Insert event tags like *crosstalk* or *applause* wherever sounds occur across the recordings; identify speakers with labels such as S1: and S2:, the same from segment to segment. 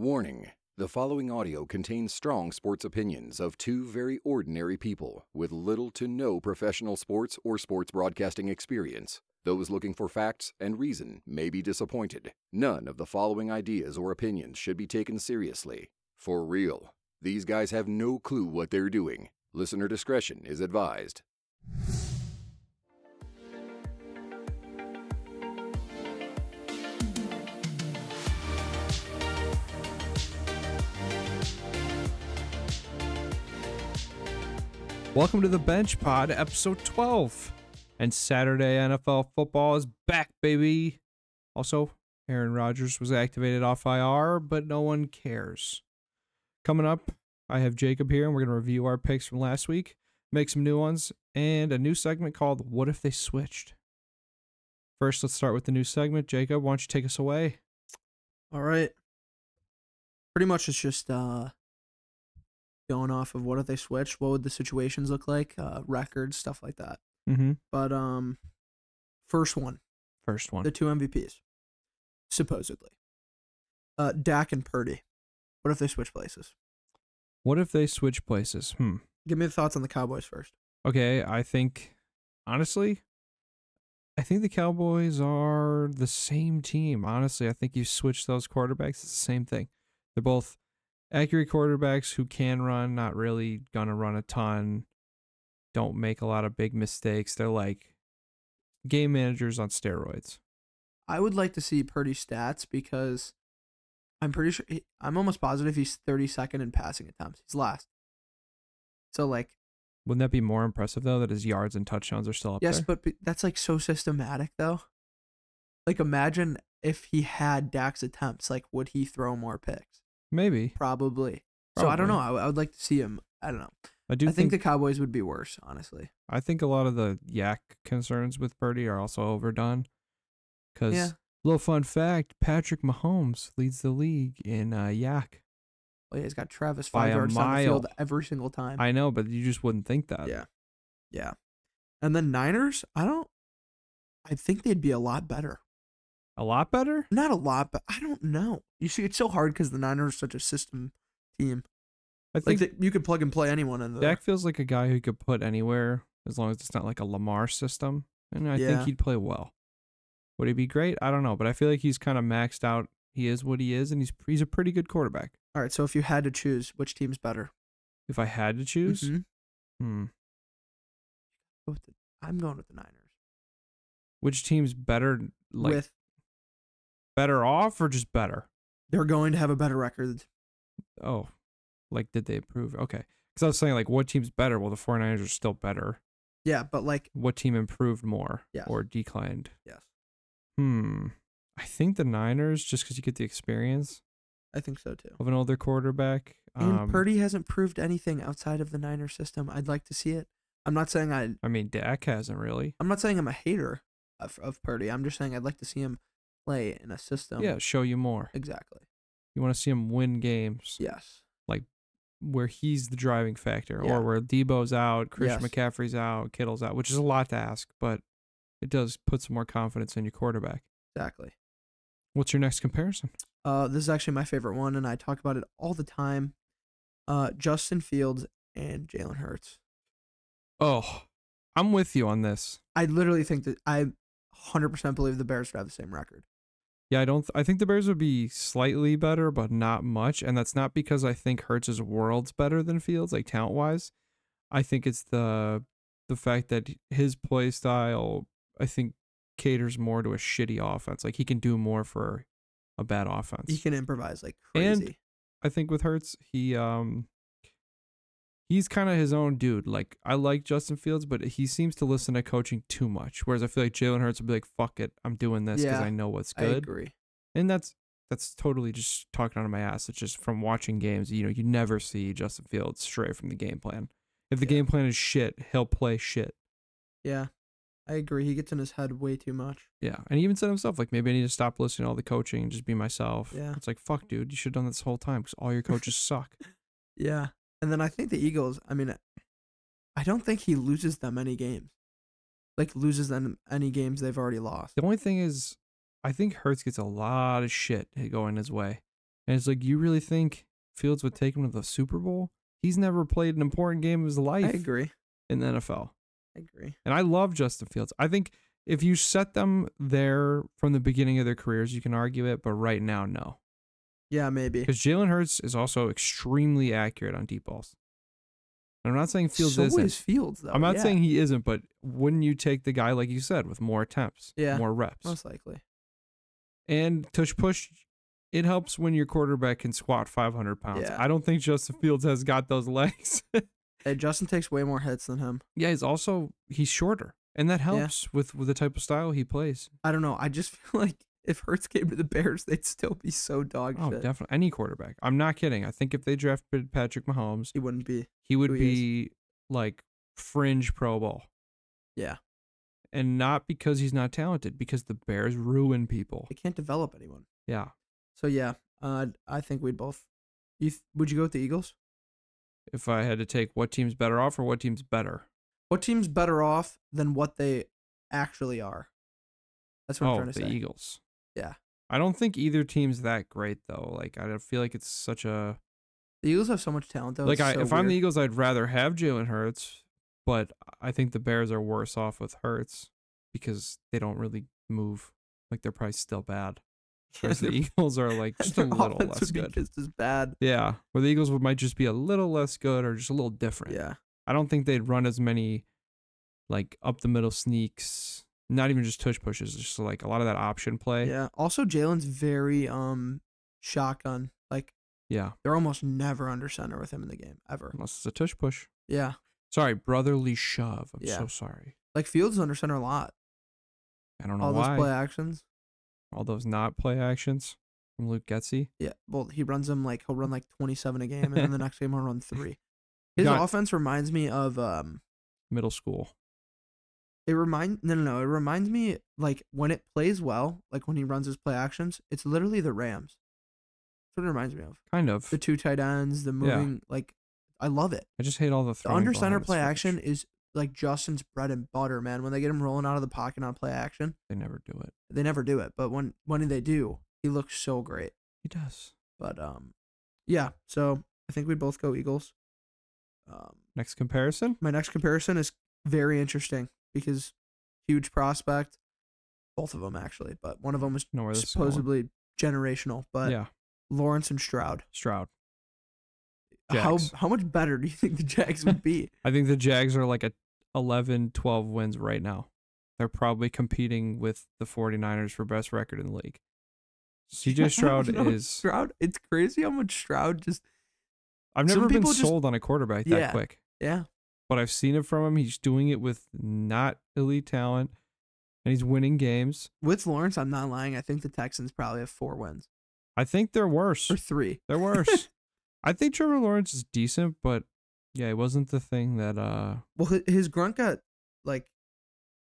S1: Warning The following audio contains strong sports opinions of two very ordinary people with little to no professional sports or sports broadcasting experience. Those looking for facts and reason may be disappointed. None of the following ideas or opinions should be taken seriously. For real, these guys have no clue what they're doing. Listener discretion is advised.
S2: Welcome to the Bench Pod, episode 12. And Saturday NFL football is back, baby. Also, Aaron Rodgers was activated off IR, but no one cares. Coming up, I have Jacob here, and we're going to review our picks from last week, make some new ones, and a new segment called What If They Switched? First, let's start with the new segment. Jacob, why don't you take us away?
S3: All right. Pretty much it's just uh going off of what if they switched, what would the situations look like, uh records, stuff like that.
S2: Mm-hmm.
S3: But um first one,
S2: First one.
S3: the two MVPs. Supposedly. Uh Dak and Purdy. What if they switch places?
S2: What if they switch places? Hmm.
S3: Give me the thoughts on the Cowboys first.
S2: Okay, I think honestly, I think the Cowboys are the same team. Honestly, I think you switch those quarterbacks, it's the same thing. They're both accurate quarterbacks who can run, not really gonna run a ton, don't make a lot of big mistakes. They're like game managers on steroids.
S3: I would like to see Purdy's stats because I'm pretty sure he, I'm almost positive he's 32nd in passing attempts. He's last. So like
S2: Wouldn't that be more impressive though that his yards and touchdowns are still up
S3: yes,
S2: there?
S3: but be- that's like so systematic though. Like imagine if he had Dak's attempts, like would he throw more picks?
S2: Maybe.
S3: Probably. So I don't know.
S2: Probably.
S3: I, w- I would like to see him. I don't know.
S2: I do
S3: I think, the Cowboys would be worse, honestly.
S2: I think a lot of the yak concerns with Purdy are also overdone. Because,
S3: Yeah.
S2: little fun fact Patrick Mahomes leads the league in uh, yak.
S3: Well, Oh, yeah, he's got Travis
S2: By
S3: five
S2: a
S3: yards down the field
S2: mile.
S3: every single time.
S2: I uh, know, but you just wouldn't think that.
S3: yeah, yeah. And then Niners, I don't. I think they'd be a lot better.
S2: A lot better?
S3: Not a lot, but I don't know. You see, it's so hard because the Niners are such a system team.
S2: I
S3: Like
S2: think
S3: they, you could plug and play anyone in there.
S2: Dak feels like a guy who could put anywhere as long as it's not like a Lamar system. And I think
S3: Yeah.
S2: he'd play well. Would he be great? I don't know, but I feel like he's kind of maxed out. He is what he is, and he's he's a pretty good quarterback.
S3: All right, so if you had to choose, which team's better?
S2: If I had to choose,
S3: Mhm.
S2: hmm,
S3: Go with the- I'm going with the Niners.
S2: which team's better, like
S3: with
S2: better off or just better?
S3: they're going to have a better record.
S2: oh, like did they improve? Okay. Because I was saying, like, what team's better? Well, the 49ers are still better.
S3: Yeah, but like
S2: What team improved more
S3: Yes.
S2: or declined?
S3: yes,
S2: Hmm. I think the Niners, just because you get the experience
S3: I think so too.
S2: of an older quarterback. Um,
S3: and Purdy hasn't proved anything outside of the Niner system. I'd like to see it. I'm not saying I.
S2: I mean, Dak hasn't really.
S3: I'm not saying I'm a hater of, of Purdy. I'm just saying I'd like to see him play in a system.
S2: yeah, show you more.
S3: exactly.
S2: You want to see him win games
S3: Yes,
S2: where he's the driving factor
S3: Yeah.
S2: or where Debo's out, Christian
S3: Yes.
S2: McCaffrey's out, Kittle's out, which is a lot to ask, but it does put some more confidence in your quarterback.
S3: exactly.
S2: What's your next comparison?
S3: Uh, this is actually my favorite one, and I talk about it all the time. Uh, Justin Fields and Jalen Hurts.
S2: Oh, I'm with you on this.
S3: I literally think that I 100% believe the Bears would have the same record.
S2: Yeah, I don't. Th- I think the Bears would be slightly better, but not much. And that's not because I think Hurts is worlds better than Fields, like talent wise. I think it's the the fact that his play style, I think, caters more to a shitty offense. Like he can do more for a bad offense.
S3: He can improvise like
S2: And-
S3: crazy.
S2: I think with Hurts, he um he's kind of his own dude. Like I like Justin Fields, but he seems to listen to coaching too much. Whereas I feel like Jalen Hurts would be like, "Fuck it, I'm doing this because
S3: Yeah,
S2: I know what's
S3: I
S2: good."
S3: agree.
S2: and that's that's totally just talking out of my ass. It's just from watching games. You know, you never see Justin Fields stray from the game plan. If the
S3: Yeah.
S2: game plan is shit, he'll play shit.
S3: Yeah, I agree. He gets in his head way too much.
S2: Yeah, and he even said himself, like maybe I need to stop listening to all the coaching and just be myself.
S3: Yeah.
S2: it's like fuck, dude, you should have done this whole time because all your coaches suck.
S3: Yeah, and then I think the Eagles. I mean, I don't think he loses them any games. Like loses them any games they've already lost.
S2: The only thing is, I think Hertz gets a lot of shit going his way, And it's like, you really think Fields would take him to the Super Bowl? He's never played an important game of his
S3: I
S2: life
S3: agree.
S2: in the NFL.
S3: I agree.
S2: And I love Justin Fields. I think if you set them there from the beginning of their careers, you can argue it, but right now, no.
S3: Yeah, maybe.
S2: Because Jalen Hurts is also extremely accurate on deep balls. And I'm not saying Fields
S3: so
S2: isn't.
S3: is Fields though.
S2: I'm not
S3: yeah,
S2: saying he isn't, but wouldn't you take the guy like you said with more attempts,
S3: Yeah.
S2: more reps,
S3: most likely.
S2: and tush push? It helps when your quarterback can squat 500 pounds.
S3: Yeah.
S2: I don't think Justin Fields has got those *laughs* legs.
S3: Hey, Justin takes way more hits than him.
S2: yeah, he's also he's shorter, and that
S3: Yeah.
S2: helps with with the type of style he plays.
S3: I don't know. I just *laughs* feel like if Hurts came to the Bears, they'd still be so dog
S2: Oh,
S3: shit.
S2: definitely any quarterback. I'm not kidding. I think if they drafted Patrick Mahomes,
S3: he wouldn't be.
S2: he would
S3: Who he is.
S2: be like fringe Pro Bowl.
S3: Yeah.
S2: and not because he's not talented, because the Bears ruin people.
S3: They can't develop anyone.
S2: Yeah.
S3: So yeah, uh, I think we'd both. You th- would you go with the Eagles?
S2: If I had to take what team's better off or what team's better,
S3: What team's better off than what they actually are? That's what I'm
S2: oh,
S3: trying
S2: the
S3: to say.
S2: Eagles.
S3: Yeah.
S2: I don't think either team's that great though. Like I don't feel like it's such a
S3: The Eagles have so much talent though.
S2: like
S3: it's
S2: I,
S3: so
S2: if I'm the
S3: weird.
S2: Eagles, I'd rather have Jalen Hurts, but I think the Bears are worse off with Hurts because they don't really move. Like they're probably still bad.
S3: *laughs*
S2: Whereas the Eagles are like just a
S3: Their
S2: little
S3: offense
S2: less
S3: would be
S2: good.
S3: just as bad.
S2: Yeah, where the Eagles would- might just be a little less good or just a little different.
S3: Yeah,
S2: I don't think they'd run as many like up the middle sneaks. Not even just tush pushes, just like a lot of that option play.
S3: yeah. Also, Jalen's very um shotgun. Like
S2: Yeah,
S3: they're almost never under center with him in the game ever.
S2: unless it's a tush push.
S3: Yeah,
S2: Sorry, brotherly shove. I'm
S3: Yeah.
S2: so sorry.
S3: like Fields is under center a lot.
S2: I don't know
S3: All
S2: why.
S3: those play actions.
S2: All those not play actions from Luke Getzey.
S3: Yeah, well, he runs them like he'll run like 27 a game,
S2: *laughs*
S3: and then the next game he'll run three. His
S2: Got-
S3: offense reminds me of um
S2: Middle school.
S3: It reminds no no no. It reminds me like when it plays well, like when he runs his play actions, it's literally the Rams. That's what it reminds me of.
S2: Kind of.
S3: The two tight ends, the
S2: Yeah.
S3: moving like I love it.
S2: I just hate all the
S3: The
S2: throwing
S3: under
S2: ball
S3: center
S2: on the
S3: play
S2: switch.
S3: action is like Justin's bread and butter, man. When they get him rolling out of the pocket on play action,
S2: They never do it.
S3: they never do it. But when when they do, he looks so great.
S2: He does.
S3: But um yeah, so I think we both go Eagles. Um
S2: Next comparison.
S3: my next comparison is very interesting because huge prospect, both of them actually, but one of them was
S2: Know where this is going.
S3: supposedly generational. But
S2: yeah,
S3: Lawrence and Stroud,
S2: Stroud. Jags.
S3: how how much better do you think the Jags
S2: *laughs*
S3: would be?
S2: I think the Jags are like a 11, 12 wins right now. They're probably competing with the 49ers for best record in the league.
S3: *laughs* I
S2: CJ
S3: don't
S2: Stroud
S3: know.
S2: is.
S3: Stroud. It's crazy how much Stroud just
S2: I've
S3: Some
S2: never been
S3: people just-
S2: sold on a quarterback that
S3: Yeah.
S2: quick,
S3: yeah
S2: but I've seen it from him. He's doing it with not elite talent, and he's winning games.
S3: with Lawrence. I'm not lying. I think the Texans probably have four wins
S2: I think they're worse.
S3: or three.
S2: They're
S3: *laughs*
S2: worse. I think Trevor Lawrence is decent, but yeah, it wasn't the thing that. uh
S3: Well, hi- his grunt got like,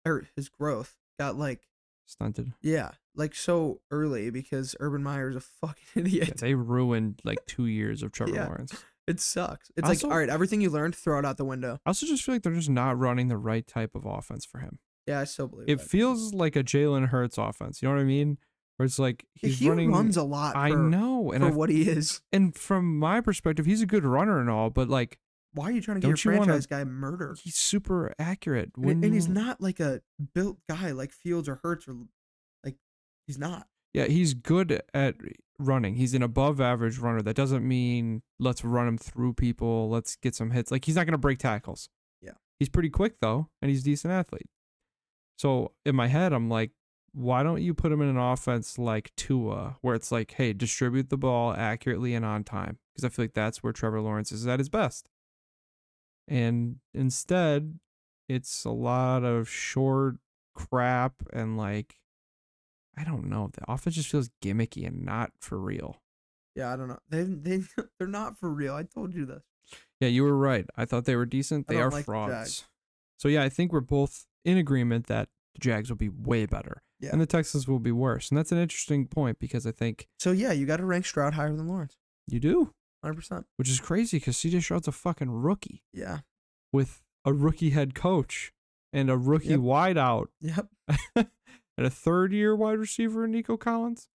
S3: or his growth got like
S2: stunted.
S3: yeah like so early because Urban Meyer's a fucking *laughs* idiot.
S2: Yeah, they ruined like two years of Trevor
S3: Yeah.
S2: Lawrence.
S3: It sucks. It's
S2: Also-
S3: like, all right, everything you learned, throw it out the window.
S2: I also just feel like they're just not running the right type of offense for him.
S3: Yeah, I still believe
S2: It
S3: that.
S2: feels like a Jalen Hurts offense. You know what I mean? Where it's like he's
S3: he
S2: running.
S3: runs a lot. For,
S2: I know, and
S3: for
S2: I,
S3: what he is.
S2: and from my perspective, he's a good runner and all, but like
S3: Why are you trying to
S2: Don't
S3: get your
S2: you wanna-
S3: franchise guy murdered?
S2: he's super accurate.
S3: And,
S2: When
S3: and he's
S2: you-
S3: not like a built guy like Fields or Hurts or like he's not.
S2: Yeah, he's good at running. He's an above average runner. That doesn't mean let's run him through people. Let's get some hits. Like he's not going to break tackles.
S3: Yeah.
S2: He's pretty quick though, and he's a decent athlete. So in my head, I'm like, why don't you put him in an offense like Tua, where it's like, hey, distribute the ball accurately and on time? Because I feel like that's where Trevor Lawrence is at his best. And instead, it's a lot of short crap and like I don't know. The offense just feels gimmicky and not for real.
S3: Yeah, I don't know. They they *laughs* they're not for real. I told you this.
S2: Yeah, you were right. I thought they were decent.
S3: I
S2: They
S3: don't
S2: are
S3: like the
S2: frauds. So yeah, I think we're both in agreement that the Jags will be way better.
S3: Yeah.
S2: And the Texans will be worse. And that's an interesting point because I think
S3: So yeah, you got to rank Stroud higher than Lawrence,
S2: you do,
S3: hundred percent.
S2: which is crazy because CJ Stroud's a fucking rookie
S3: Yeah.
S2: with a rookie head coach and a rookie
S3: Yep.
S2: wideout *laughs*
S3: Yep.
S2: and a third year wide receiver in Nico Collins.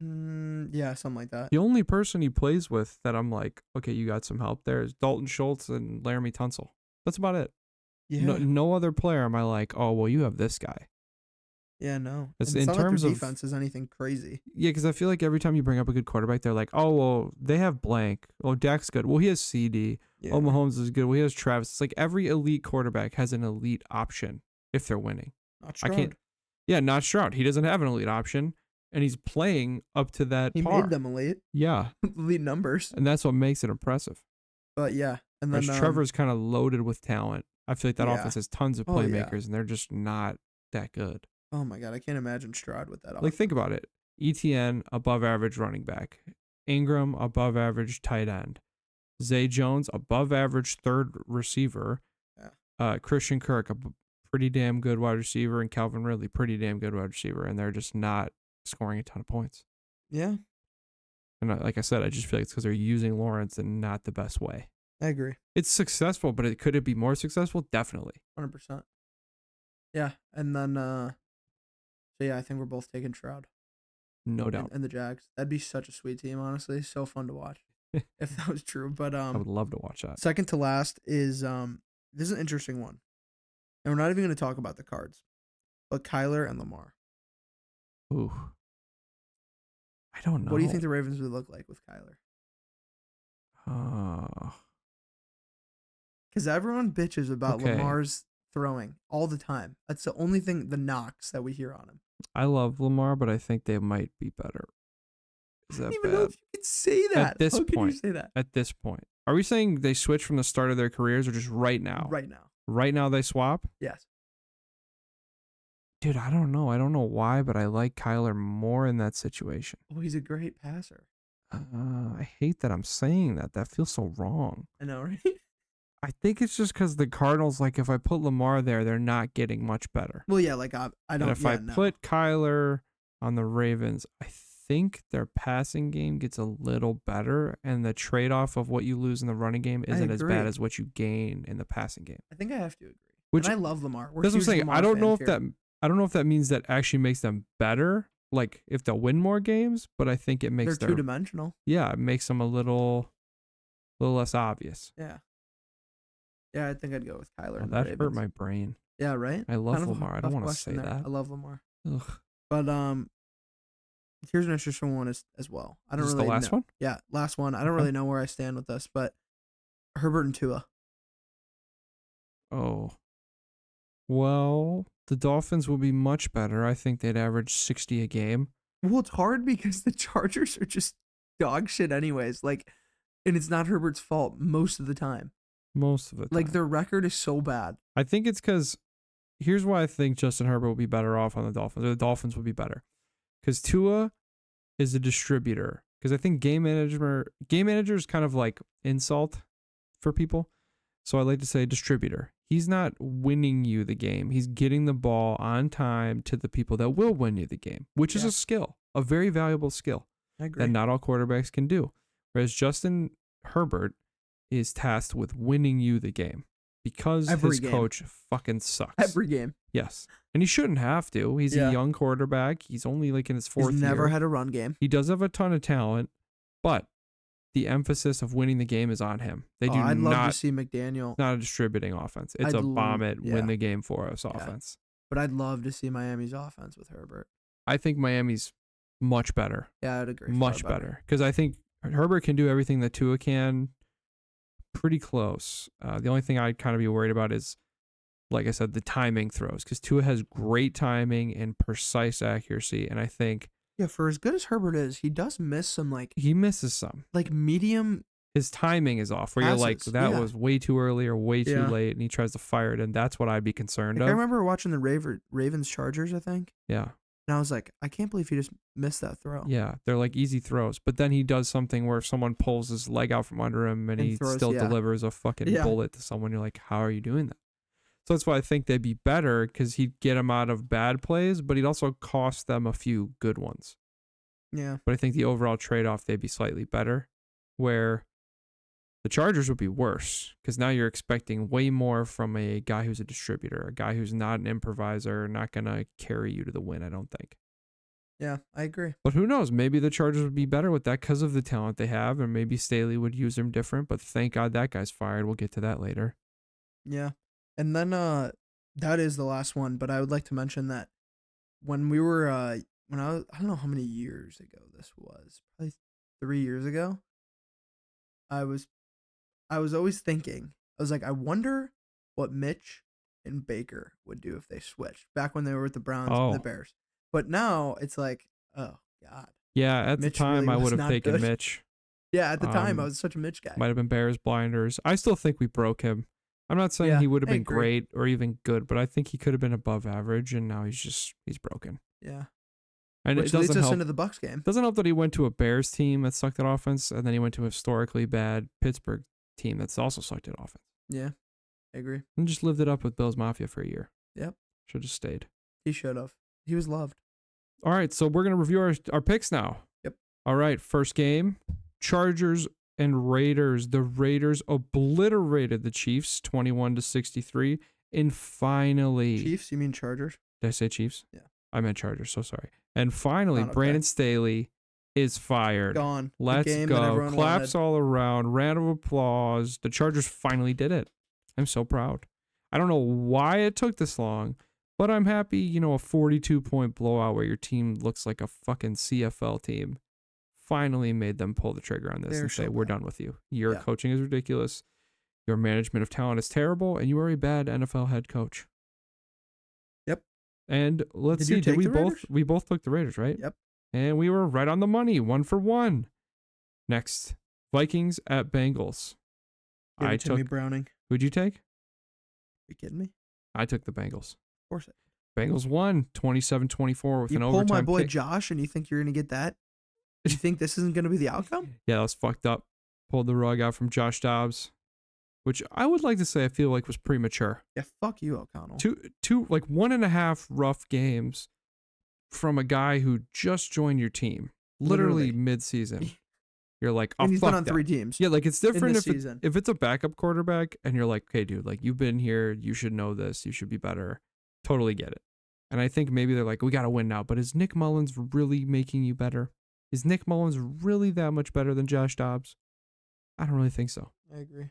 S3: Mm, yeah, something like that.
S2: The only person he plays with that I'm like, okay, you got some help there is Dalton Schultz and Laramie Tunsil. That's about it.
S3: Yeah.
S2: No, no other player am I like, oh, well, you have this guy.
S3: yeah, no.
S2: It's-
S3: And
S2: in
S3: not like their
S2: terms of-
S3: defense is anything crazy.
S2: Yeah, because I feel like every time you bring up a good quarterback, they're like, oh, well, they have blank. Oh, Dak's good. Well, he has CD.
S3: Yeah.
S2: Oh, Mahomes is good. Well, he has Travis. It's like every elite quarterback has an elite option if they're winning.
S3: Not
S2: I can't.
S3: Stroud.
S2: Yeah, not Stroud. He doesn't have an elite option, and he's playing up to that
S3: He
S2: par.
S3: made them elite, *laughs*
S2: Yeah,
S3: elite numbers.
S2: and that's what makes it impressive.
S3: But yeah, and then
S2: Whereas
S3: um,
S2: Trevor's kind of loaded with talent. I feel like that
S3: Yeah.
S2: offense has tons of
S3: Oh, yeah.
S2: playmakers, and they're just not that good.
S3: Oh my god, I can't imagine Stroud with that.
S2: Like,
S3: offense.
S2: think about it. ETN, above average running back. Ingram, above average tight end. Zay Jones, above average third receiver.
S3: Yeah.
S2: Uh, Christian Kirk, a b- pretty damn good wide receiver. And Calvin Ridley, pretty damn good wide receiver. And they're just not scoring a ton of points.
S3: yeah,
S2: And I, like I said, I just feel like it's because they're using Lawrence in not the best way.
S3: I agree,
S2: It's successful, but it could it be more successful? Definitely.
S3: hundred percent. Yeah, and then uh, so yeah, I think we're both taking Stroud
S2: No doubt.
S3: and, and the Jags. That'd be such a sweet team, honestly. So fun
S2: *laughs*
S3: to watch if that was true. But
S2: I would
S3: um,
S2: love to watch that.
S3: second to last is um, this is an interesting one, and we're not even going to talk about the cards, but Kyler and Lamar.
S2: Ooh. I don't know.
S3: What do you think the Ravens would look like with Kyler?
S2: Uh,
S3: Because everyone bitches about
S2: Okay.
S3: Lamar's throwing all the time. That's the only thing, the knocks that we hear on him.
S2: I love Lamar, but I think they might be better. Is
S3: I
S2: that
S3: don't even know
S2: bad?
S3: if you could say that.
S2: this
S3: How could
S2: point,
S3: you say that
S2: At this point, are we saying they switch from the start of their careers or just right now?
S3: right now?
S2: Right now they swap?
S3: Yes.
S2: Dude, I don't know. I don't know why, but I like Kyler more in that situation.
S3: Oh, he's a great passer.
S2: Uh, I hate that I'm saying that. That feels so wrong.
S3: I know, *laughs* right?
S2: I think it's just because the Cardinals, like, if I put Lamar there, they're not getting much better.
S3: well, yeah, like I, I don't.
S2: and if
S3: yeah,
S2: I
S3: no.
S2: put Kyler on the Ravens, I think their passing game gets a little better, and the trade off of what you lose in the running game
S3: I
S2: isn't as bad
S3: agree.
S2: as what you gain in the passing game.
S3: I think I have to agree.
S2: Which-
S3: and I love Lamar. We're
S2: That's what I'm
S3: huge
S2: saying.
S3: Lamar
S2: I don't know if
S3: fans here.
S2: that I don't know if that means that actually makes them better, like if they'll win more games, but I think it makes
S3: they're
S2: their
S3: two dimensional.
S2: yeah, it makes them a little little less obvious.
S3: Yeah. Yeah, I think I'd go with Kyler.
S2: Oh,
S3: and the
S2: that hurt
S3: Ravens.
S2: my brain.
S3: Yeah, right.
S2: I love
S3: Kind of a
S2: Lamar. I
S3: tough
S2: don't want to say
S3: question there.
S2: that.
S3: I love Lamar.
S2: Ugh.
S3: But um, here's an interesting one as as well. I don't
S2: Is this
S3: really
S2: the last
S3: know.
S2: one.
S3: Yeah, last one. I don't
S2: Okay.
S3: really know where I stand with this, but Herbert and Tua.
S2: Oh. Well, the Dolphins will be much better. I think they'd average 60 a game.
S3: Well, it's hard because *laughs* the Chargers are just dog shit, anyways. Like, and it's not Herbert's fault most of the time.
S2: Most of it.
S3: Like their record is so bad.
S2: I think it's because here's why I think Justin Herbert will be better off on the Dolphins, or the Dolphins will be better. Because Tua is a distributor. Because I think game manager game manager is kind of like insult for people. So I like to say distributor. He's not winning you the game. He's getting the ball on time to the people that will win you the game, which is
S3: Yeah.
S2: a skill, a very valuable skill.
S3: I
S2: that not all quarterbacks can do. Whereas Justin Herbert is tasked with winning you the game because
S3: Every
S2: his
S3: game.
S2: coach fucking sucks.
S3: Every game,
S2: yes. And he shouldn't have to. He's
S3: Yeah.
S2: a young quarterback. He's only like in his
S3: he's
S2: fourth
S3: never
S2: year.
S3: had a run game.
S2: he does have a ton of talent, but the emphasis of winning the game is on him. They do
S3: Oh, I'd love
S2: not
S3: to see McDaniel,
S2: it's not a distributing offense. It's
S3: I'd
S2: a
S3: l-
S2: bomb it,
S3: yeah.
S2: win the game for us
S3: Yeah.
S2: offense.
S3: but I'd love to see Miami's offense with Herbert.
S2: I think Miami's much better
S3: Yeah, I'd agree. far
S2: much better because I think Herbert can do everything that Tua can, pretty close. Uh, the only thing I'd kind of be worried about is, like I said, the timing throws because Tua has great timing and precise accuracy, and I think
S3: Yeah, for as good as Herbert is, he does miss some like
S2: he misses some.
S3: like medium.
S2: His timing is off. Where you're like,
S3: Passes,
S2: that
S3: yeah.
S2: was way too early or way too
S3: Yeah.
S2: late, and he tries to fire it, and that's what I'd be concerned
S3: Like, I
S2: of.
S3: remember watching the Raver, Ravens Chargers, I think,
S2: yeah,
S3: and I was like, I can't believe he just missed that throw.
S2: yeah, they're like easy throws, but then he does something where someone pulls his leg out from under him, and,
S3: And
S2: he
S3: throws-
S2: still
S3: yeah.
S2: delivers a fucking
S3: Yeah.
S2: bullet to someone. You're like, how are you doing that? So that's why I think they'd be better because he'd get them out of bad plays, but he'd also cost them a few good ones.
S3: Yeah.
S2: But I think the overall trade off, they'd be slightly better, where the Chargers would be worse because now you're expecting way more from a guy who's a distributor, a guy who's not an improviser, not going to carry you to the win, I don't think.
S3: Yeah, I agree.
S2: But who knows? Maybe the Chargers would be better with that because of the talent they have, and maybe Staley would use him different. But thank God that guy's fired. We'll get to that later.
S3: Yeah. And then uh that is the last one, but I would like to mention that when we were uh when I was, I don't know how many years ago this was. Probably 3 years ago. I was I was always thinking. I was like I wonder what Mitch and Baker would do if they switched back when they were with the Browns and
S2: Oh.
S3: the Bears. But now it's like, oh god.
S2: Yeah, at
S3: Mitch
S2: the time
S3: really
S2: I
S3: was
S2: would have
S3: not
S2: taken
S3: good.
S2: Mitch.
S3: Yeah, at the time I
S2: Um,
S3: was such a Mitch guy.
S2: Might have been Bears blinders. I still think we broke him. I'm not saying
S3: Yeah,
S2: he would have
S3: I
S2: been
S3: agree.
S2: great or even good, but I think he could have been above average, and now he's just he's broken.
S3: yeah.
S2: And
S3: Which
S2: it
S3: leads
S2: doesn't
S3: us
S2: help.
S3: into the Bucks game.
S2: doesn't help that he went to a Bears team that sucked at offense, and then he went to a historically bad Pittsburgh team that's also sucked at offense,
S3: Yeah. I agree.
S2: and just lived it up with Bills Mafia for a year.
S3: Yep.
S2: should have stayed.
S3: He should have. He was loved.
S2: All right, so we're gonna review our our picks now.
S3: Yep.
S2: All right, first game, Chargers and Raiders. The Raiders obliterated the Chiefs, twenty-one to sixty-three, and finally,
S3: Chiefs, you mean Chargers?
S2: did I say Chiefs?
S3: Yeah.
S2: I meant Chargers. So sorry. And finally,
S3: Not okay.
S2: Brandon Staley is fired.
S3: Gone. The
S2: Let's
S3: game that
S2: go.
S3: everyone
S2: Claps
S3: wanted.
S2: all around. Round of applause. The Chargers finally did it. I'm so proud. I don't know why it took this long, but I'm happy, you know, a 42 point blowout where your team looks like a fucking CFL team finally made them pull the trigger on this
S3: They're
S2: and say,
S3: so
S2: we're
S3: bad.
S2: done with you. Your
S3: Yeah.
S2: coaching is ridiculous. Your management of talent is terrible, and you are a bad NFL head coach.
S3: Yep.
S2: And let's
S3: Did you
S2: see. Did
S3: take
S2: we
S3: the
S2: both
S3: Raiders?
S2: we both took the Raiders, right?
S3: Yep.
S2: And we were right on the money, one for one. Next, Vikings at Bengals.
S3: Give
S2: I
S3: it to me,
S2: took.
S3: Browning.
S2: Who'd you take?
S3: you kidding me? Of
S2: I took the Bengals.
S3: course. I-
S2: Bengals won 27-24 with
S3: you
S2: an
S3: pull
S2: overtime
S3: my boy
S2: kick.
S3: Josh, and you think you're gonna get that? You think this isn't gonna be the outcome?
S2: yeah, that was fucked up. Pulled the rug out from Josh Dobbs, which I would like to say I feel like was premature.
S3: Yeah, fuck you, O'Connell.
S2: Two, two, like one and a half rough games from a guy who just joined your team, literally,
S3: Literally.
S2: mid-season.
S3: *laughs*
S2: You're like, oh,
S3: and he's
S2: fuck
S3: been on
S2: that.
S3: three teams.
S2: Yeah, like it's different
S3: the
S2: if it-
S3: season.
S2: if it's a backup quarterback and you're like, okay, dude, like you've been here, you should know this, you should be better. Totally get it. And I think maybe they're like, we got to win now. But is Nick Mullins really making you better? Is Nick Mullins really that much better than Josh Dobbs? I don't really think so.
S3: I agree.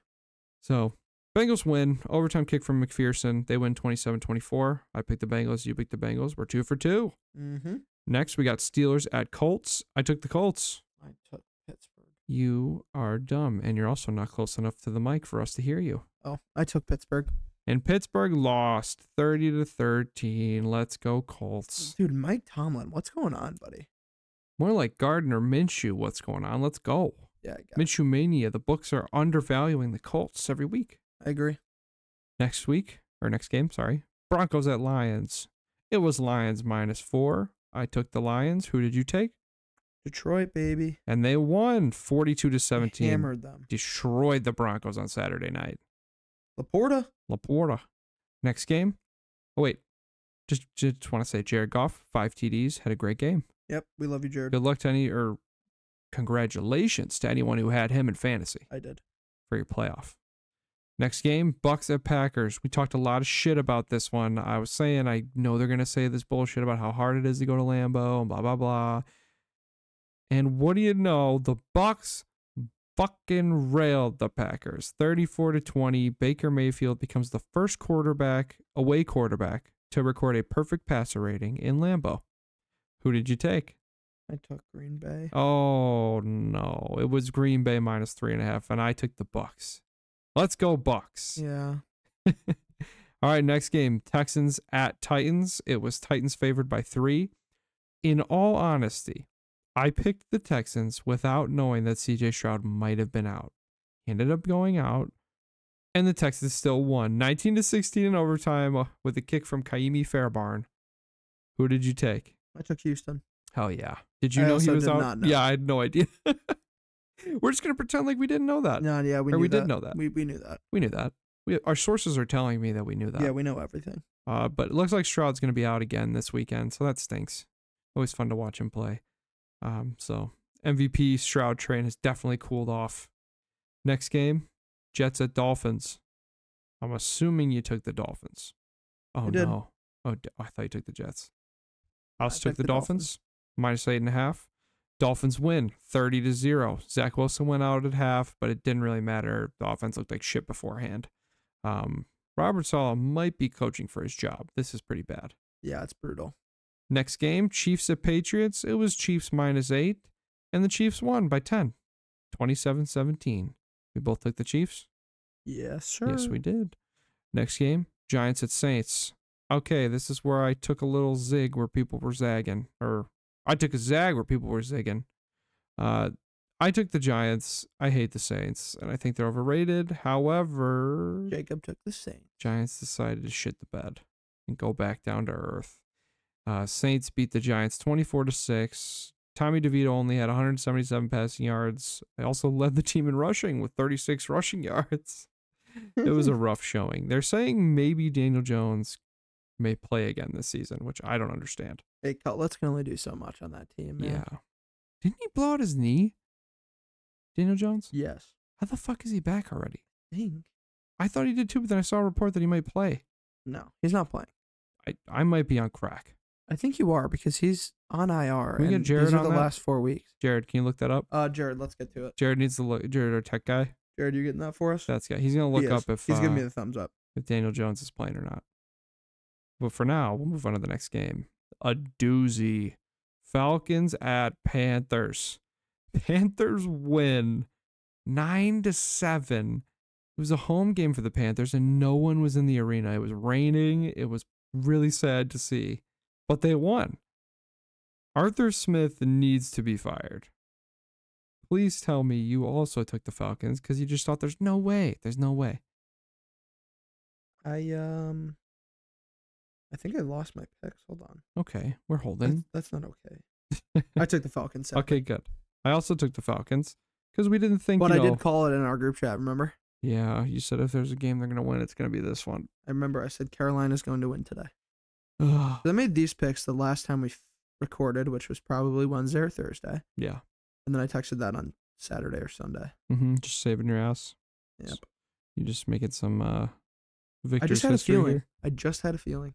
S2: So Bengals win. Overtime kick from McPherson. They win 27 24. I picked the Bengals. You picked the Bengals. We're two for two.
S3: Mm-hmm.
S2: Next, we got Steelers at Colts. I took the Colts.
S3: I took Pittsburgh.
S2: You are dumb, and you're also not close enough to the mic for us to hear you.
S3: Oh, I took Pittsburgh.
S2: And Pittsburgh lost 30 to 13. Let's go Colts.
S3: Dude, Mike Tomlin, what's going on, buddy? Hmm.
S2: More like Gardner Minshew. What's going on? Let's go.
S3: Yeah, I, got it.
S2: Minshew mania. The books are undervaluing the Colts every week.
S3: I agree.
S2: Next week or next game, sorry. Broncos at Lions. It was Lions minus 4. I took the Lions. Who did you take?
S3: Detroit, baby.
S2: And they won 42 to 17.
S3: Hammered them.
S2: Destroyed the Broncos on Saturday night.
S3: Laporta.
S2: Laporta. Next game. Oh wait, just just want to say Jared Goff five TDs had a great game.
S3: Yep, we love you, Jared.
S2: Good luck to any or congratulations to anyone who had him in fantasy
S3: I did.
S2: for your playoff. Next game, Bucks at Packers. We talked a lot of shit about this one. I was saying I know they're gonna say this bullshit about how hard it is to go to Lambeau and blah blah blah. And what do you know? The Bucks fucking railed the Packers, thirty-four to twenty. Baker Mayfield becomes the first quarterback, away quarterback, to record a perfect passer rating in Lambeau. Who did you take?
S3: I took Green Bay.
S2: Oh no, it was Green Bay minus three and a half, and I took the Bucks. Let's go Bucks.
S3: Yeah.
S2: All right, next game Texans at Titans. It was Titans favored by three. In all honesty, I picked the Texans without knowing that CJ Stroud might have been out. He ended up going out, and the Texans still won 19 to 16 in overtime uh, with a kick from Kaimi Fairbarn. Who did you take?
S3: I took Houston.
S2: Hell yeah. Did you
S3: I
S2: know he
S3: also
S2: was
S3: did
S2: out?
S3: not know.
S2: Yeah, I had no idea. *laughs* We're just going to pretend like we didn't know that.
S3: No, yeah, we
S2: Or
S3: knew
S2: we
S3: that.
S2: did know that.
S3: We, we knew that.
S2: We knew that. We, our sources are telling me that we knew that.
S3: Yeah, we know everything.
S2: Uh, but it looks like Stroud's going to be out again this weekend, so that stinks. Always fun to watch him play. Um, so MVP Stroud train has definitely cooled off. Next game, Jets at Dolphins. I'm assuming you took the Dolphins. Oh
S3: I did.
S2: no! Oh, d- I thought you took the Jets. House
S3: I
S2: took
S3: took
S2: the,
S3: the
S2: Dolphins.
S3: Dolphins.
S2: minus eight and a half. Dolphins win 30 to 0. Zach Wilson went out at half, but it didn't really matter. The offense looked like shit beforehand. Um, Robert Sala might be coaching for his job. This is pretty bad.
S3: Yeah, it's brutal.
S2: Next game, Chiefs at Patriots. It was Chiefs minus eight, and the Chiefs won by 10, 27 17. We both took the Chiefs.
S3: Yes, sure.
S2: Yes, we did. Next game, Giants at Saints. Okay, this is where I took a little zig where people were zagging, or I took a zag where people were zigging. Uh, I took the Giants. I hate the Saints, and I think they're overrated. However,
S3: *laughs* Jacob took the same.
S2: Giants decided to shit the bed and go back down to earth. Uh, Saints beat the Giants 24 to 6. Tommy DeVito only had 177 passing yards. I also led the team in rushing with 36 rushing *laughs* yards. It was
S3: *laughs*
S2: a rough showing. They're saying maybe Daniel Jones may play again this season, which I don't understand.
S3: hey, Cutlass can only do so much on that team, man.
S2: Yeah. Didn't he blow out his knee? Daniel Jones?
S3: Yes.
S2: How the fuck is he back already?
S3: Think.
S2: I thought he did too, but then I saw a report that he might play.
S3: No, he's not playing.
S2: I, I might be on crack.
S3: I think you are because he's on IR.
S2: Can we get
S3: and
S2: Jared
S3: these are
S2: on
S3: the
S2: that?
S3: last four weeks.
S2: Jared, can you look that up?
S3: Uh, Jared, let's get to it.
S2: Jared needs to look. Jared, our tech guy.
S3: Jared, you getting that for us?
S2: That's guy. He's gonna look
S3: He is.
S2: up if
S3: he's
S2: uh,
S3: giving me the thumbs up.
S2: if Daniel Jones is playing or not. But for now, we'll move on to the next game. A doozy. Falcons at Panthers. *laughs* Panthers win 9 to 7. It was a home game for the Panthers and no one was in the arena. It was raining. It was really sad to see, but they won. Arthur Smith needs to be fired. Please tell me you also took the Falcons cuz you just thought there's no way. There's no way.
S3: I um, I think I lost my picks. Hold on.
S2: Okay, we're holding.
S3: That's, that's not okay.
S2: *laughs*
S3: I took the Falcons. separate.
S2: Okay, good. I also took the Falcons because we didn't think.
S3: But
S2: you
S3: I
S2: know,
S3: did call it in our group chat. Remember?
S2: yeah, you said if there's a game they're gonna win, it's gonna be this one.
S3: I remember I said Carolina's going to win today.
S2: Ugh.
S3: So I made these picks the last time we f- recorded, which was probably Wednesday or Thursday,
S2: *sighs* yeah.
S3: and then I texted that on Saturday or Sunday.
S2: hmm Just saving your ass.
S3: Yep.
S2: You just making some uh, victor's
S3: I just had a
S2: history
S3: feeling.
S2: here.
S3: I just had a feeling.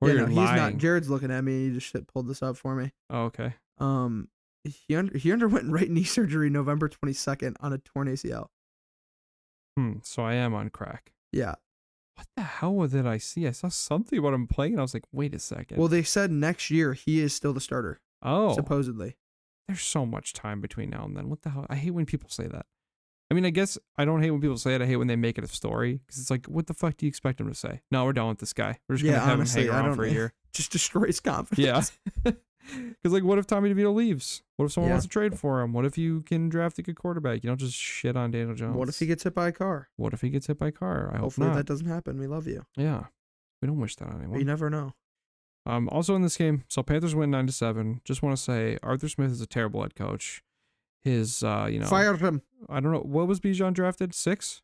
S2: Or
S3: yeah,
S2: you're
S3: no, he's
S2: lying.
S3: not. Jared's looking at me. He just shit pulled this up for me.
S2: oh, okay.
S3: Um, he under, he underwent *laughs* right knee surgery November 22nd on a torn ACL.
S2: Hmm. So I am on crack.
S3: Yeah.
S2: What the hell did I see? I saw something about him playing. And I was like, wait a second.
S3: Well, they said next year he is still the starter,
S2: oh,
S3: supposedly.
S2: there's so much time between now and then. What the hell? I hate when people say that. I mean, I guess I don't hate when people say it. I hate when they make it a story because it's like, what the fuck do you expect them to say? No, we're done with this guy. We're just
S3: yeah,
S2: gonna have
S3: honestly,
S2: him hang
S3: I
S2: around
S3: don't
S2: for
S3: *laughs*
S2: a year.
S3: Just destroys confidence.
S2: yeah, *laughs* because like, what if Tommy DeVito leaves? What if someone
S3: Yeah.
S2: wants to trade for him? What if you can draft a good quarterback? You don't just shit on Daniel Jones.
S3: What if he gets hit by a car?
S2: What if he gets hit by a car? I hope
S3: Hopefully
S2: not.
S3: that doesn't happen. We love you.
S2: yeah, we don't wish that on
S3: But
S2: anyone.
S3: you never know.
S2: Um, also in this game, so Panthers win nine to seven. Just want to say Arthur Smith is a terrible head coach. His, uh, you know,
S3: Fire him.
S2: I don't know what was Bijan drafted six,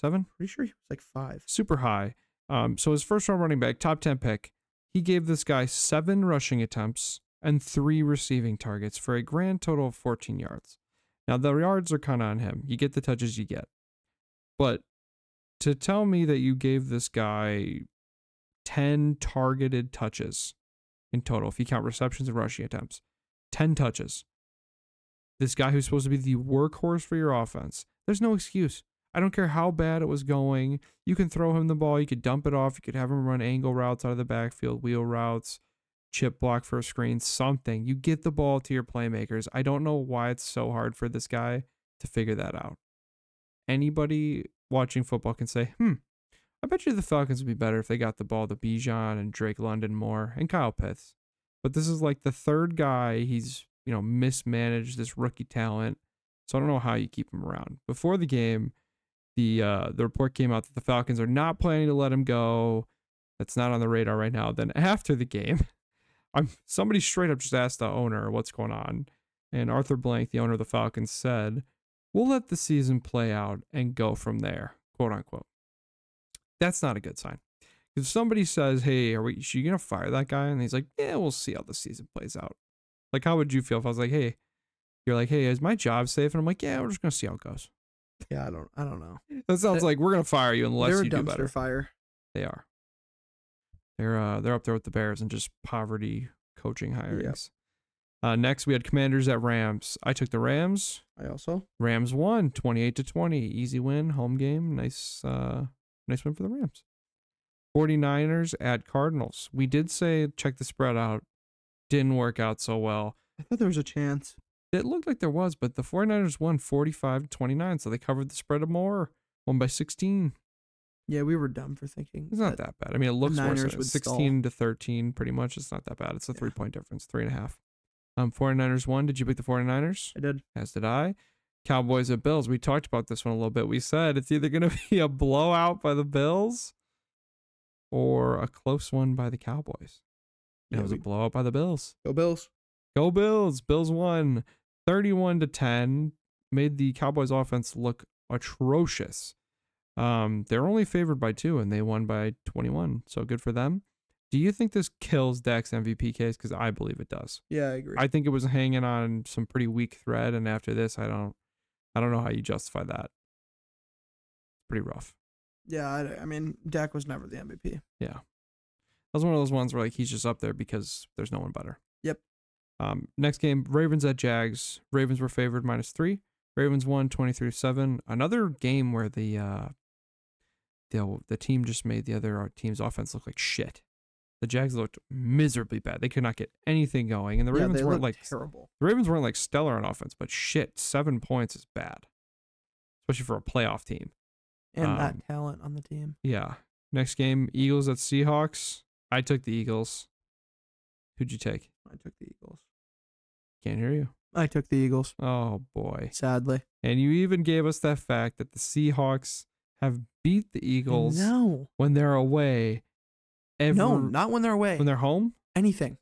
S2: seven,
S3: Pretty sure he was like five.
S2: super high. Um, so his first round running back, top ten pick, he gave this guy seven rushing attempts and three receiving targets for a grand total of fourteen yards. Now the yards are kind of on him. You get the touches you get, but to tell me that you gave this guy ten targeted touches in total, if you count receptions and rushing attempts, ten touches. This guy who's supposed to be the workhorse for your offense, there's no excuse. I don't care how bad it was going. You can throw him the ball. You could dump it off. You could have him run angle routes out of the backfield, wheel routes, chip block for a screen, something. You get the ball to your playmakers. I don't know why it's so hard for this guy to figure that out. Anybody watching football can say, hmm, I bet you the Falcons would be better if they got the ball to Bijan and Drake London more and Kyle Pitts. But this is like the third guy he's, you know, mismanaged this rookie talent. So I don't know how you keep him around. Before the game, the uh, the report came out that the Falcons are not planning to let him go. That's not on the radar right now. Then after the game, *laughs* I'm somebody straight up just asked the owner what's going on, and Arthur Blank, the owner of the Falcons, said, "We'll let the season play out and go from there." Quote unquote. That's not a good sign. If somebody says, "Hey, are we? Are you gonna fire that guy?" and he's like, "Yeah, we'll see how the season plays out." Like, how would you feel if I was like, "Hey," you're like, "Hey, is my job safe?" and I'm like, "Yeah, we're just gonna see how it goes."
S3: Yeah, I don't I don't know.
S2: That sounds
S3: They-
S2: like we're gonna fire you unless
S3: They're
S2: you
S3: a
S2: do
S3: dumpster
S2: better.
S3: fire.
S2: They are. They're uh they're up there with the Bears and just poverty coaching hirings. Uh, next, we had Commanders at Rams. I took the Rams.
S3: I also
S2: Rams won 28 to 20. Easy win, home game. Nice uh nice win for the Rams. 49ers at Cardinals. We did say check the spread out. Didn't work out so well.
S3: I thought there was a chance.
S2: It looked like there was, but the 49ers won 45 to 29, so they covered the spread of more. Won by 16.
S3: Yeah, we were dumb for thinking.
S2: It's not that bad. I mean, it looks worse.
S3: Niners
S2: than it is.
S3: would stall.
S2: 16 to 13, pretty much. It's not that bad. It's a
S3: Yeah.
S2: three point difference, three and a half. Um, 49ers won. Did you pick the 49ers?
S3: I did.
S2: as did I. Cowboys at Bills. We talked about this one a little bit. We said it's either going to *laughs* be a blowout by the Bills or a close one by the Cowboys. And
S3: Yeah,
S2: it was a
S3: we-
S2: blowout by the Bills.
S3: Go Bills.
S2: Go Bills. Bills won 31 to 10. Made the Cowboys offense look atrocious. Um, they're only favored by two and they won by 21. So good for them. Do you think this kills Dak's MVP case? Because I believe it does.
S3: Yeah, I agree.
S2: I think it was hanging on some pretty weak thread, and after this, I don't, I don't know how you justify that. Pretty rough.
S3: yeah, I, I mean, Dak was never the MVP.
S2: That was one of those ones where like he's just up there because there's no one better.
S3: Yep.
S2: Um, next game, Ravens at Jags. Ravens were favored minus three. Ravens won 23 7. Another game where the uh the uh, the team just made the other uh, team's offense look like shit. The Jags looked miserably bad. They could not get anything going, and the
S3: yeah,
S2: Ravens
S3: they
S2: weren't
S3: looked
S2: like
S3: terrible.
S2: The Ravens weren't like stellar on offense, but shit, seven points is bad, especially for a playoff team.
S3: And
S2: um,
S3: that talent on the team.
S2: Yeah. Next game, Eagles at Seahawks. I took the Eagles. Who'd you take?
S3: I took the Eagles.
S2: Can't hear you.
S3: I took the Eagles.
S2: Oh boy.
S3: Sadly.
S2: And you even gave us that fact that the Seahawks have beat the Eagles
S3: No.
S2: when they're away. Every,
S3: no, not when they're away.
S2: when they're home.
S3: Anything.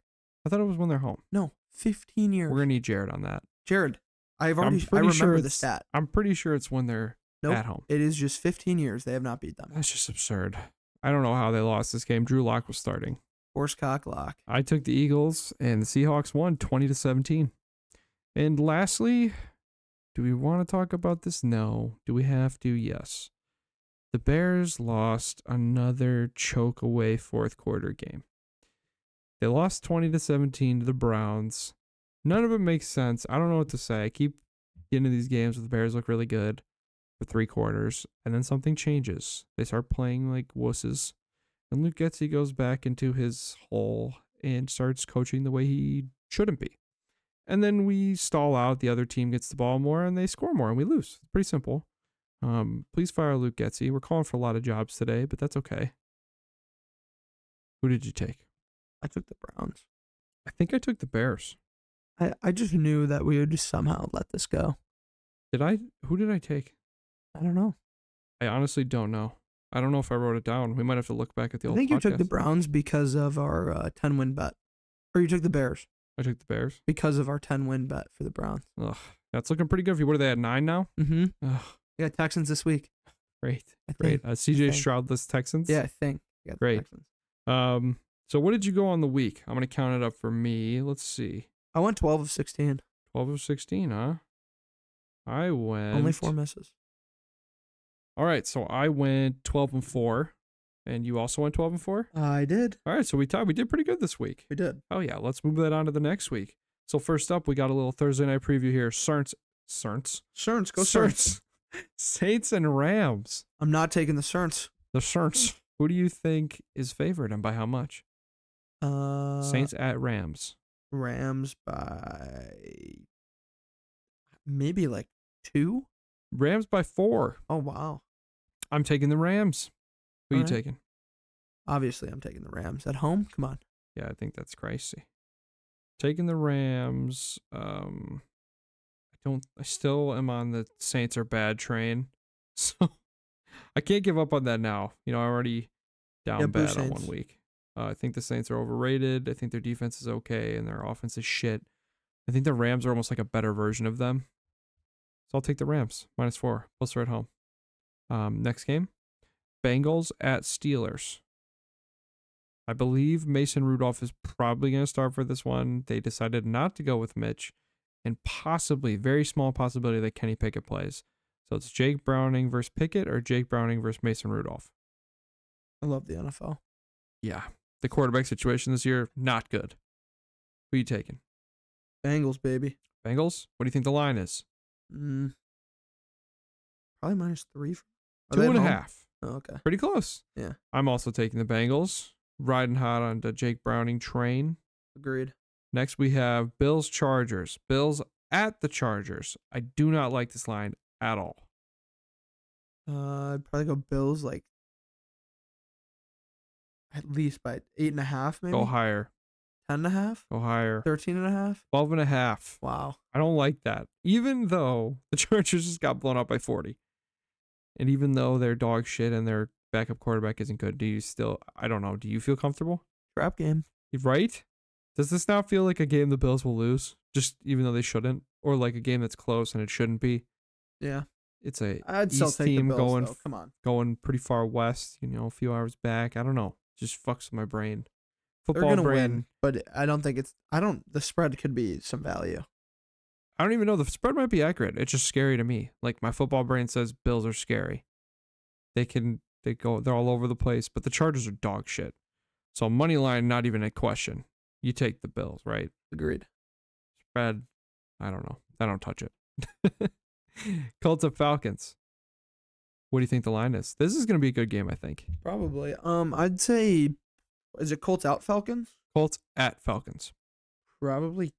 S2: I thought it was when they're home.
S3: No. Fifteen years.
S2: We're gonna need Jared on that.
S3: Jared, I've
S2: I'm
S3: already I
S2: pretty
S3: remember
S2: sure
S3: the
S2: it's-
S3: stat.
S2: I'm pretty sure it's when they're
S3: Nope.
S2: at home.
S3: It is just 15 years they have not beat them.
S2: That's just absurd. I don't know how they lost this game. Drew Lock was starting.
S3: Horsecock lock.
S2: I took the Eagles and the Seahawks won 20 to 17. And lastly, do we want to talk about this? No. Do we have to? Yes. The Bears lost another choke away fourth quarter game. They lost 20 to 17 to the Browns. None of it makes sense. I don't know what to say. I keep getting into these games where the Bears look really good for three quarters, and then something changes. They start playing like wusses. And Luke Getzey goes back into his hole and starts coaching the way he shouldn't be. And then we stall out. The other team gets the ball more, and they score more, and we lose. It's pretty simple. Um, please fire Luke Getzey. We're calling for a lot of jobs today, but that's okay. Who did you take?
S3: I took the Browns.
S2: I think I took the Bears.
S3: I, I just knew that we would just somehow let this go.
S2: Did I? Who did I take?
S3: I don't know.
S2: I honestly don't know. I don't know if I wrote it down. We might have to look back at the
S3: I
S2: old.
S3: think you took the
S2: podcast.
S3: Browns because of our uh, 10 win bet. Or you took the Bears
S2: I took the Bears.
S3: because of our 10 win bet for the Browns.
S2: Ugh, that's looking pretty good for you. What are they at nine now?
S3: Mm-hmm.
S2: Ugh,
S3: Yeah, Texans this week.
S2: great.
S3: I
S2: Great.
S3: think.
S2: Uh, CJ
S3: think.
S2: Stroudless Texans.
S3: Yeah, I think. You got the
S2: Great.
S3: Texans.
S2: Um. So what did you go on the week? I'm gonna count it up for me. Let's see.
S3: I went 12 of 16.
S2: Twelve of sixteen, huh? I went
S3: Only four misses.
S2: All right. So I went twelve and four, and you also went twelve and four.
S3: I did.
S2: All right. So we tied. We did pretty good this week.
S3: We did.
S2: Oh yeah. Let's move that on to the next week. So first up, we got a little Thursday night preview here. Cerns, Cerns,
S3: Cerns, go
S2: Cerns,
S3: Cerns.
S2: *laughs* Saints and Rams.
S3: I'm not taking the Cerns.
S2: The
S3: Hmm.
S2: Cerns. Who do you think is favored and by how much?
S3: Uh,
S2: Saints at Rams.
S3: Rams by maybe like two.
S2: Rams by four.
S3: Oh wow!
S2: I'm taking the Rams. Who you
S3: All right.
S2: taking?
S3: Obviously, I'm taking the Rams at home. Come on,
S2: Yeah, I think that's crazy. Taking the Rams. Um, I don't. I still am on the Saints are bad train, *laughs* so I can't give up on that now. You know, I already down
S3: Yeah, Blue
S2: bad on one
S3: Saints.
S2: week. Uh, I think the Saints are overrated. I think their defense is okay and their offense is shit. I think the Rams are almost like a better version of them. So I'll take the Rams minus four. Plus they're at home. Um, next game, Bengals at Steelers. I believe Mason Rudolph is probably going to start for this one. They decided not to go with Mitch, and possibly very small possibility that Kenny Pickett plays. So it's Jake Browning versus Pickett or Jake Browning versus Mason Rudolph.
S3: I love the NFL.
S2: Yeah, the quarterback situation this year not good. Who you taking?
S3: Bengals, baby.
S2: Bengals? What do you think the line is?
S3: Mm. Probably minus three. For, are
S2: Two
S3: they
S2: and a half.
S3: at home? Oh, okay.
S2: Pretty close.
S3: Yeah.
S2: I'm also taking the Bengals. Riding hot on the Jake Browning train.
S3: Agreed.
S2: Next we have Bills Chargers. Bills at the Chargers. I do not like this line at all.
S3: Uh, I'd probably go Bills like at least by eight and a half, maybe
S2: Go higher.
S3: ten and a half,
S2: Go higher.
S3: thirteen and a half.
S2: 12 and a half.
S3: Wow.
S2: I don't like that. Even though *laughs* the Chargers just got blown out by 40. And even though they're dog shit and their backup quarterback isn't good, do you still I don't know, do you feel comfortable?
S3: Trap game.
S2: Right? Does this not feel like a game the Bills will lose? Just even though they shouldn't? Or like a game that's close and it shouldn't be?
S3: Yeah,
S2: It's a
S3: I'd still
S2: E East
S3: take the
S2: team
S3: Bills.
S2: going
S3: though.
S2: f-
S3: Come on.
S2: going pretty far west, you know, a few hours back. I don't know. Just fucks with my brain. Football
S3: They're gonna
S2: brain.
S3: win, but I don't think it's. I don't. The spread could be some value.
S2: I don't even know. The spread might be accurate. It's just scary to me. Like my football brain says Bills are scary. They can they go they're all over the place, but the Chargers are dog shit. So money line, not even a question. You take the Bills, right?
S3: Agreed.
S2: Spread, I don't know. I don't touch it. *laughs* Colts at Falcons. What do you think the line is? This is gonna be a good game, I think.
S3: Probably. Um, I'd say, is it Colts out Falcons?
S2: Colts at Falcons.
S3: Probably.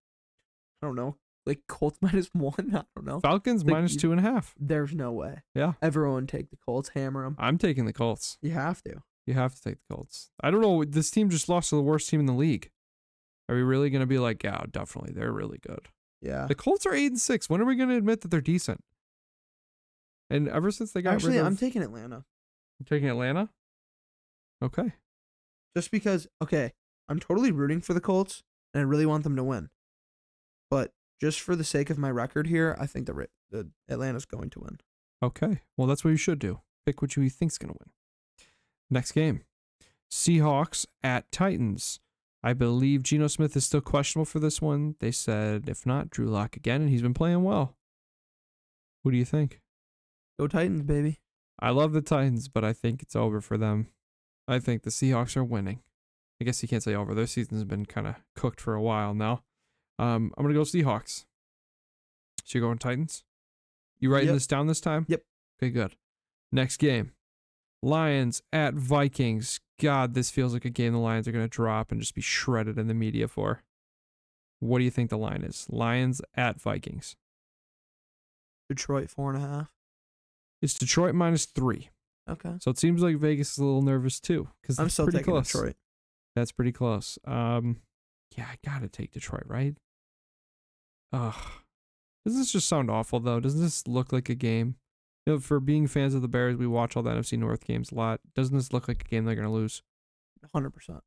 S3: I don't know. Like Colts *laughs* minus one. I don't know.
S2: Falcons
S3: Like,
S2: minus
S3: you-
S2: two and a half.
S3: There's no way.
S2: Yeah.
S3: Everyone take the Colts. Hammer them.
S2: I'm taking the Colts.
S3: You have to.
S2: You have to take the Colts. I don't know. This team just lost to the worst team in the league. Are we really going to be like, yeah, definitely. They're really good.
S3: Yeah.
S2: The Colts are 8 and 6. When are we going to admit that they're decent? And ever since they got
S3: Actually,
S2: rid of
S3: I'm taking Atlanta
S2: You're taking Atlanta? Okay.
S3: just because. Okay, I'm totally rooting for the Colts, and I really want them to win. But just for the sake of my record here, I think the Ra- the Atlanta's going to win.
S2: Okay. Well, that's what you should do. Pick what you think's going to win. Next game Seahawks at Titans. I believe Geno Smith is still questionable for this one. They said, if not, Drew Lock again, and he's been playing well. What do you think?
S3: Go Titans, baby.
S2: I love the Titans, but I think it's over for them. I think the Seahawks are winning. I guess you can't say over. Their season's been kind of cooked for a while now. Um, I'm gonna go Seahawks. So you're going Titans. You writing
S3: Yep.
S2: this down this time?
S3: Yep.
S2: Okay, good. Next game, Lions at Vikings. God, this feels like a game the Lions are gonna drop and just be shredded in the media for. What do you think the line is? Lions at Vikings.
S3: Detroit four and a half.
S2: It's Detroit minus three.
S3: Okay.
S2: So it seems like Vegas is a little nervous too, because
S3: I'm still
S2: pretty
S3: taking
S2: close.
S3: Detroit.
S2: That's pretty close. Um, yeah, I gotta take Detroit, right? Ugh, doesn't this just sound awful though? Doesn't this look like a game? You know, for being fans of the Bears, we watch all the NFC North games a lot. Doesn't this look like a game they're gonna lose?
S3: 100. percent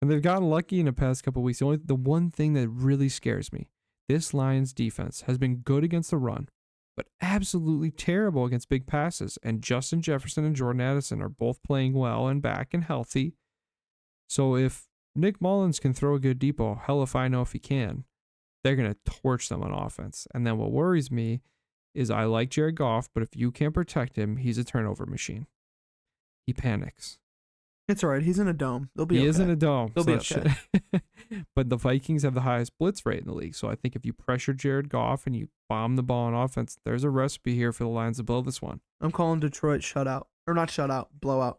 S2: And they've gotten lucky in the past couple weeks. The only the one thing that really scares me, this Lions defense has been good against the run, but absolutely terrible against big passes. And Justin Jefferson and Jordan Addison are both playing well and back and healthy. So if Nick Mullins can throw a good deep ball, hell if I know if he can, they're gonna torch them on offense. And then what worries me is I like Jared Goff, but if you can't protect him, he's a turnover machine. He panics.
S3: It's all right. He's in a dome. They'll be.
S2: He
S3: okay.
S2: is in a dome.
S3: They'll
S2: so
S3: be
S2: that
S3: *laughs*
S2: should- *laughs* but the Vikings have the highest blitz rate in the league. So I think if you pressure Jared Goff and you bomb the ball on offense, there's a recipe here for the Lions to blow this one.
S3: I'm calling Detroit shutout or not shutout, blowout.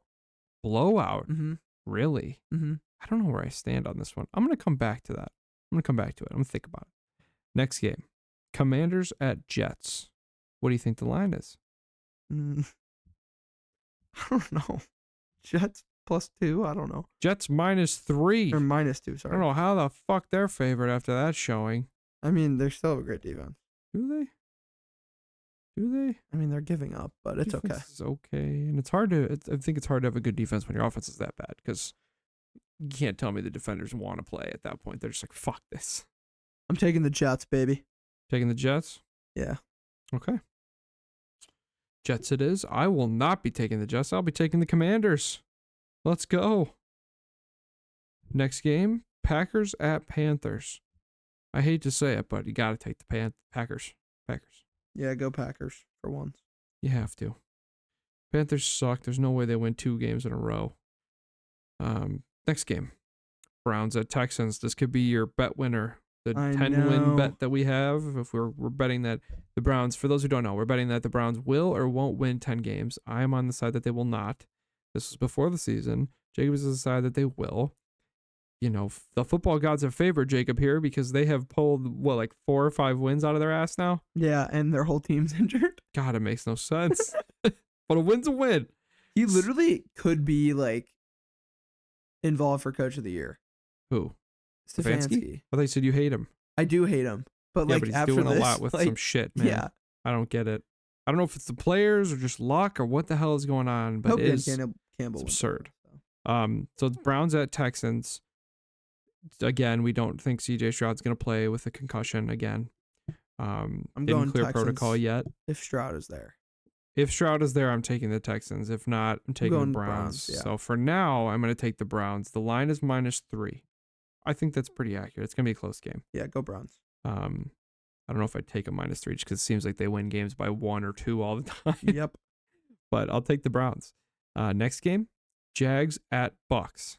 S2: Blowout,
S3: Mm-hmm.
S2: really?
S3: Mm-hmm.
S2: I don't know where I stand on this one. I'm going to come back to that. I'm going to come back to it. I'm going to think about it. Next game Commanders at Jets. What do you think the line is?
S3: Mm. *laughs* I don't know. *laughs* Jets plus two. I don't know.
S2: Jets minus three.
S3: Or minus two.
S2: I
S3: Sorry.
S2: don't know how the fuck they're favored after that showing.
S3: I mean, they still have a great defense.
S2: Do they? Do they?
S3: I mean, they're giving up, but it's okay.
S2: It's okay, and it's hard to. It's, I think it's hard to have a good defense when your offense is that bad because you can't tell me the defenders want to play at that point. They're just like, "Fuck this."
S3: I'm taking the Jets, baby.
S2: Taking the Jets.
S3: Yeah.
S2: Okay. Jets it is. I will not be taking the Jets. I'll be taking the Commanders. Let's go. Next game, Packers at Panthers. I hate to say it, but you got to take the Pan- Packers. Packers.
S3: Yeah, go Packers for once.
S2: You have to. Panthers suck. There's no way they win two games in a row. Um, next game, Browns at Texans. This could be your bet winner. The
S3: I
S2: 10
S3: know.
S2: win bet that we have, if we're, we're betting that the Browns, for those who don't know, we're betting that the Browns will or won't win 10 games. I am on the side that they will not. This was before the season. Jacob is on the side that they will. You know, f- the football gods have favored Jacob here because they have pulled, what, like four or five wins out of their ass now?
S3: Yeah, and their whole team's *laughs* injured.
S2: God, it makes no sense. *laughs* but a win's a win.
S3: He literally could be like involved for coach of the year.
S2: Who? Stefanski?
S3: Stefanski.
S2: I thought you said you hate him.
S3: I do hate him, but
S2: yeah,
S3: like
S2: but he's
S3: after
S2: doing
S3: this,
S2: a lot
S3: *laughs*
S2: with
S3: like,
S2: some shit, man.
S3: yeah,
S2: I don't get it. I don't know if it's the players or just luck or what the hell is going on, but
S3: hope
S2: it
S3: Dan
S2: is
S3: Campbell, Campbell
S2: it's
S3: wins.
S2: absurd. Um, so it's Browns at Texans. Again, we don't think CJ Stroud's going to play with a concussion again. Um,
S3: I'm
S2: didn't
S3: going
S2: clear protocol
S3: Texans.
S2: yet.
S3: If Stroud is there,
S2: If Stroud is there, I'm taking the Texans. If not, I'm taking the
S3: going
S2: Browns.
S3: Browns, yeah.
S2: So for now, I'm going to take the Browns. The line is minus three. I think that's pretty accurate. It's going to be a close game.
S3: yeah,
S2: *laughs*
S3: go Browns.
S2: Um, I don't know if I'd take a minus three just because it seems like they win games by one or two all the *laughs* time.
S3: yep.
S2: but I'll take the Browns. Uh, next game, Jags at Bucks.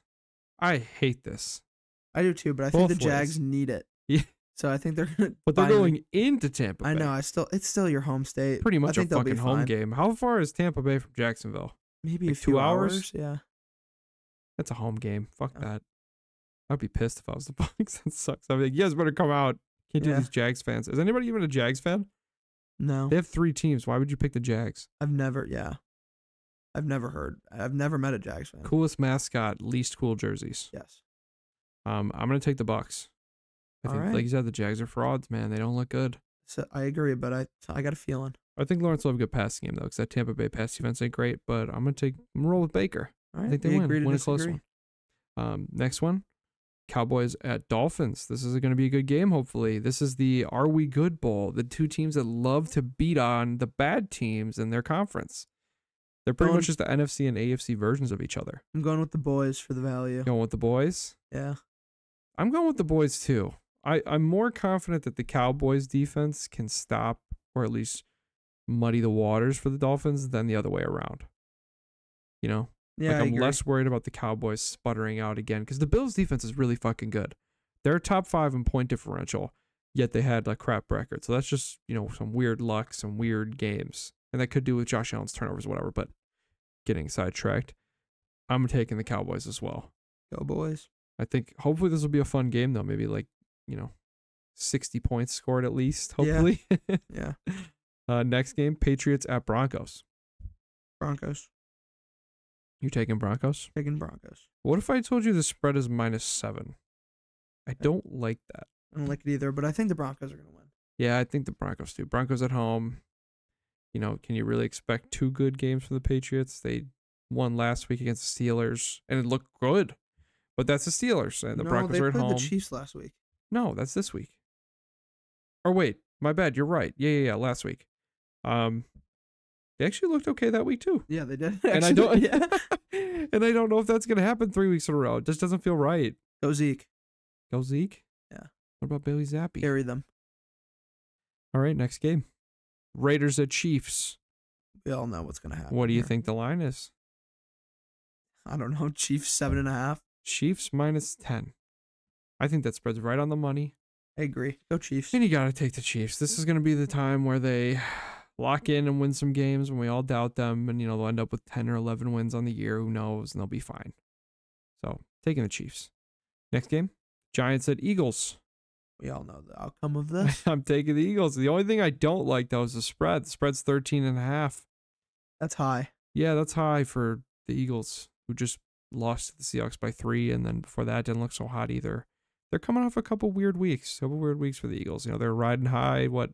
S2: I hate this,
S3: I do too, but I think
S2: Both
S3: the Jags
S2: ways.
S3: need it.
S2: *laughs* Yeah.
S3: So I think they're gonna.
S2: but they're
S3: finally-
S2: going into Tampa.
S3: I
S2: Bay.
S3: know. I still. It's still your home state.
S2: Pretty
S3: I
S2: much a
S3: think they'll be
S2: fucking home
S3: fine.
S2: game. How far is Tampa Bay from Jacksonville?
S3: Maybe
S2: Like
S3: a
S2: two
S3: few
S2: hours?
S3: Yeah.
S2: That's a home game. Fuck
S3: Yeah.
S2: that. I'd be pissed if I was the *laughs* Bucks. that sucks. I'd be like, you guys better come out. Can't do
S3: Yeah.
S2: these Jags fans. Is anybody even a Jags fan?
S3: No.
S2: They have three teams. Why would you pick the Jags?
S3: I've never. Yeah. I've never heard. I've never met a Jags fan.
S2: Coolest mascot, least cool jerseys.
S3: Yes.
S2: Um, I'm gonna take the Bucks. I
S3: All
S2: think,
S3: right.
S2: like you said, the Jags are frauds, man. They don't look good.
S3: So I agree, but I I got a feeling.
S2: I think Lawrence will have a good passing game though, because that Tampa Bay pass defense ain't great. But I'm gonna take I'm gonna roll with Baker.
S3: All right.
S2: I think they
S3: we
S2: win.
S3: agree to
S2: win a
S3: disagree.
S2: close one. Um, next one, Cowboys at Dolphins. This is gonna be a good game. Hopefully, this is the Are We Good Bowl. The two teams that love to beat on the bad teams in their conference. They're pretty
S3: Going-
S2: much just the NFC and AFC versions of each other.
S3: I'm going with the boys for the value.
S2: Going with the boys.
S3: Yeah.
S2: I'm going with the boys too. I, I'm more confident that the Cowboys defense can stop or at least muddy the waters for the Dolphins than the other way around. You know?
S3: Yeah.
S2: like
S3: I
S2: I'm
S3: agree.
S2: less worried about the Cowboys sputtering out again because the Bills defense is really fucking good. They're top five in point differential, yet they had a crap record. So that's just, you know, some weird luck, some weird games. And that could do with Josh Allen's turnovers, whatever, but getting sidetracked. I'm taking the Cowboys as well.
S3: Go boys.
S2: I think hopefully this will be a fun game though. Maybe like, you know, 60 points scored at least,
S3: Yeah.
S2: hopefully. *laughs*
S3: Yeah.
S2: uh, next game, Patriots at Broncos.
S3: Broncos.
S2: You taking Broncos?
S3: Taking Broncos.
S2: What if I told you the spread is minus seven? I don't like that.
S3: I don't like it either, but I think the Broncos are gonna win.
S2: Yeah, I think the Broncos do. Broncos at home. You know, can you really expect two good games from the Patriots? They won last week against the Steelers and it looked good. But that's the Steelers and the
S3: no,
S2: Broncos
S3: they
S2: are at
S3: played
S2: home.
S3: the Chiefs last week.
S2: No, that's this week. Or wait, my bad. You're right. Yeah, yeah, yeah. Last week. Um, they actually looked okay that week
S3: *laughs*
S2: too.
S3: Yeah, they did.
S2: and I
S3: actually.
S2: don't.
S3: Yeah.
S2: *laughs* and I don't know if that's gonna happen three weeks in a row. It just doesn't feel right.
S3: *laughs*
S2: *laughs*
S3: Go Zeke.
S2: Go Zeke.
S3: Yeah.
S2: What about Bailey Zappi?
S3: Carry them.
S2: All right, next game. Raiders at Chiefs.
S3: We all know what's gonna happen.
S2: What do you
S3: here.
S2: think the line is?
S3: I don't know. *laughs* Chiefs seven and a half.
S2: Chiefs minus ten. I think that spreads right on the money.
S3: I agree. Go Chiefs.
S2: And you got to take the Chiefs. This is going to be the time where they lock in and win some games when we all doubt them. And, you know, they'll end up with 10 or 11 wins on the year. Who knows? And they'll be fine. So, taking the Chiefs. Next game Giants at Eagles.
S3: We all know the outcome of this.
S2: *laughs* I'm taking the Eagles. The only thing I don't like, though, is the spread. The spread's 13 and a half.
S3: That's high.
S2: Yeah, that's high for the Eagles, who just lost to the Seahawks by three. And then before that, didn't look so hot either. They're coming off a couple weird weeks, couple weird weeks for the Eagles. You know, they're riding high. What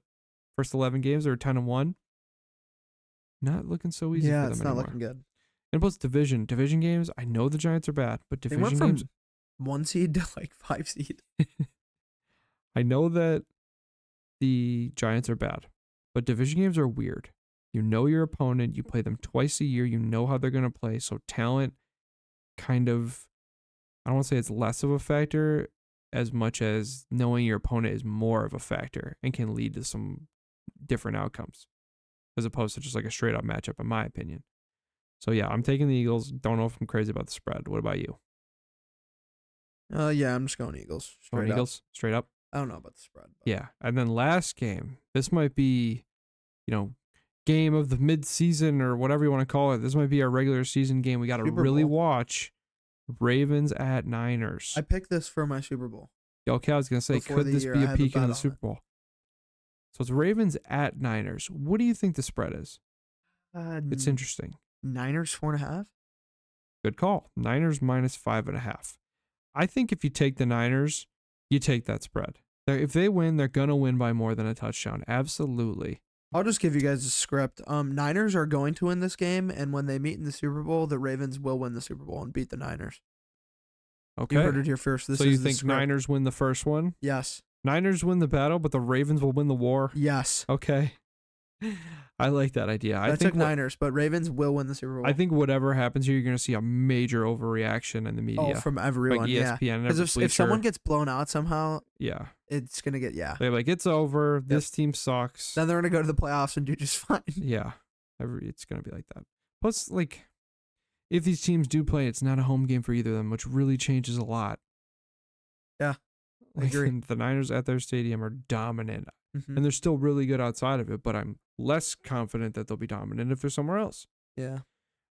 S2: first eleven games they were ten and one. Not looking so easy for
S3: yeah,
S2: them
S3: it's not
S2: anymore.
S3: looking good.
S2: And plus division, division games. I know the Giants are bad, but
S3: They
S2: division
S3: went from
S2: games.
S3: one seed to *laughs* like five seed.
S2: I know that the Giants are bad, but division games are weird. You know your opponent, you play them twice a year, you know how they're going to play. So talent kind of, I don't want to say it's less of a factor as much as knowing your opponent is more of a factor and can lead to some different outcomes as opposed to just like a straight up matchup, in my opinion. So yeah, I'm taking the Eagles. Don't know if I'm crazy about the spread. What about you?
S3: Uh, yeah, I'm just going Eagles.
S2: Going
S3: straight up.
S2: Eagles straight up.
S3: I don't know about the spread. But
S2: Yeah. And then last game, this might be, you know, game of the midseason or whatever you want to call it. This might be our regular season game. We got to
S3: Super
S2: really
S3: Bowl.
S2: watch Ravens at Niners.
S3: I picked this for my Super Bowl.
S2: okay, I was going to say,
S3: Before
S2: could
S3: the
S2: this
S3: year,
S2: be
S3: I
S2: a
S3: have a
S2: peak
S3: bet
S2: in
S3: on
S2: the
S3: it.
S2: Super Bowl? So it's Ravens at Niners. What do you think the spread is?
S3: Uh,
S2: It's
S3: n-
S2: interesting.
S3: Niners four and a half.
S2: Good call. Niners minus five and a half. I think if you take the Niners, you take that spread. They're, if they win, they're going to win by more than a touchdown. Absolutely.
S3: I'll just give you guys a script. Um, Niners are going to win this game, and when they meet in the Super Bowl, the Ravens will win the Super Bowl and beat the Niners.
S2: Okay.
S3: You heard it here first. This
S2: so
S3: is
S2: you
S3: the
S2: think
S3: script.
S2: Niners win the first one?
S3: Yes,
S2: Niners win the battle, but the Ravens will win the war.
S3: yes.
S2: Okay. I like that idea. I
S3: I,
S2: think
S3: took
S2: what-
S3: Niners, but Ravens will win the Super Bowl.
S2: I think whatever happens here, you're going to see a major overreaction in the media,
S3: oh, from everyone,
S2: like E
S3: yeah.
S2: ESPN and
S3: Because
S2: every
S3: if, if someone
S2: bleacher.
S3: gets blown out somehow, *laughs*
S2: yeah,
S3: it's gonna get yeah.
S2: they're like, it's over. This team sucks.
S3: Then they're gonna go to the playoffs and do just *laughs* fine.
S2: yeah, every it's going to be like that. Plus, like, if these teams do play, it's not a home game for either of them, which really changes a lot.
S3: Yeah, I
S2: Like,
S3: agree.
S2: and *laughs* the Niners at their stadium are dominant.
S3: Mhm.
S2: and they're still really good outside of it, but I'm less confident that they'll be dominant if they're somewhere else.
S3: yeah,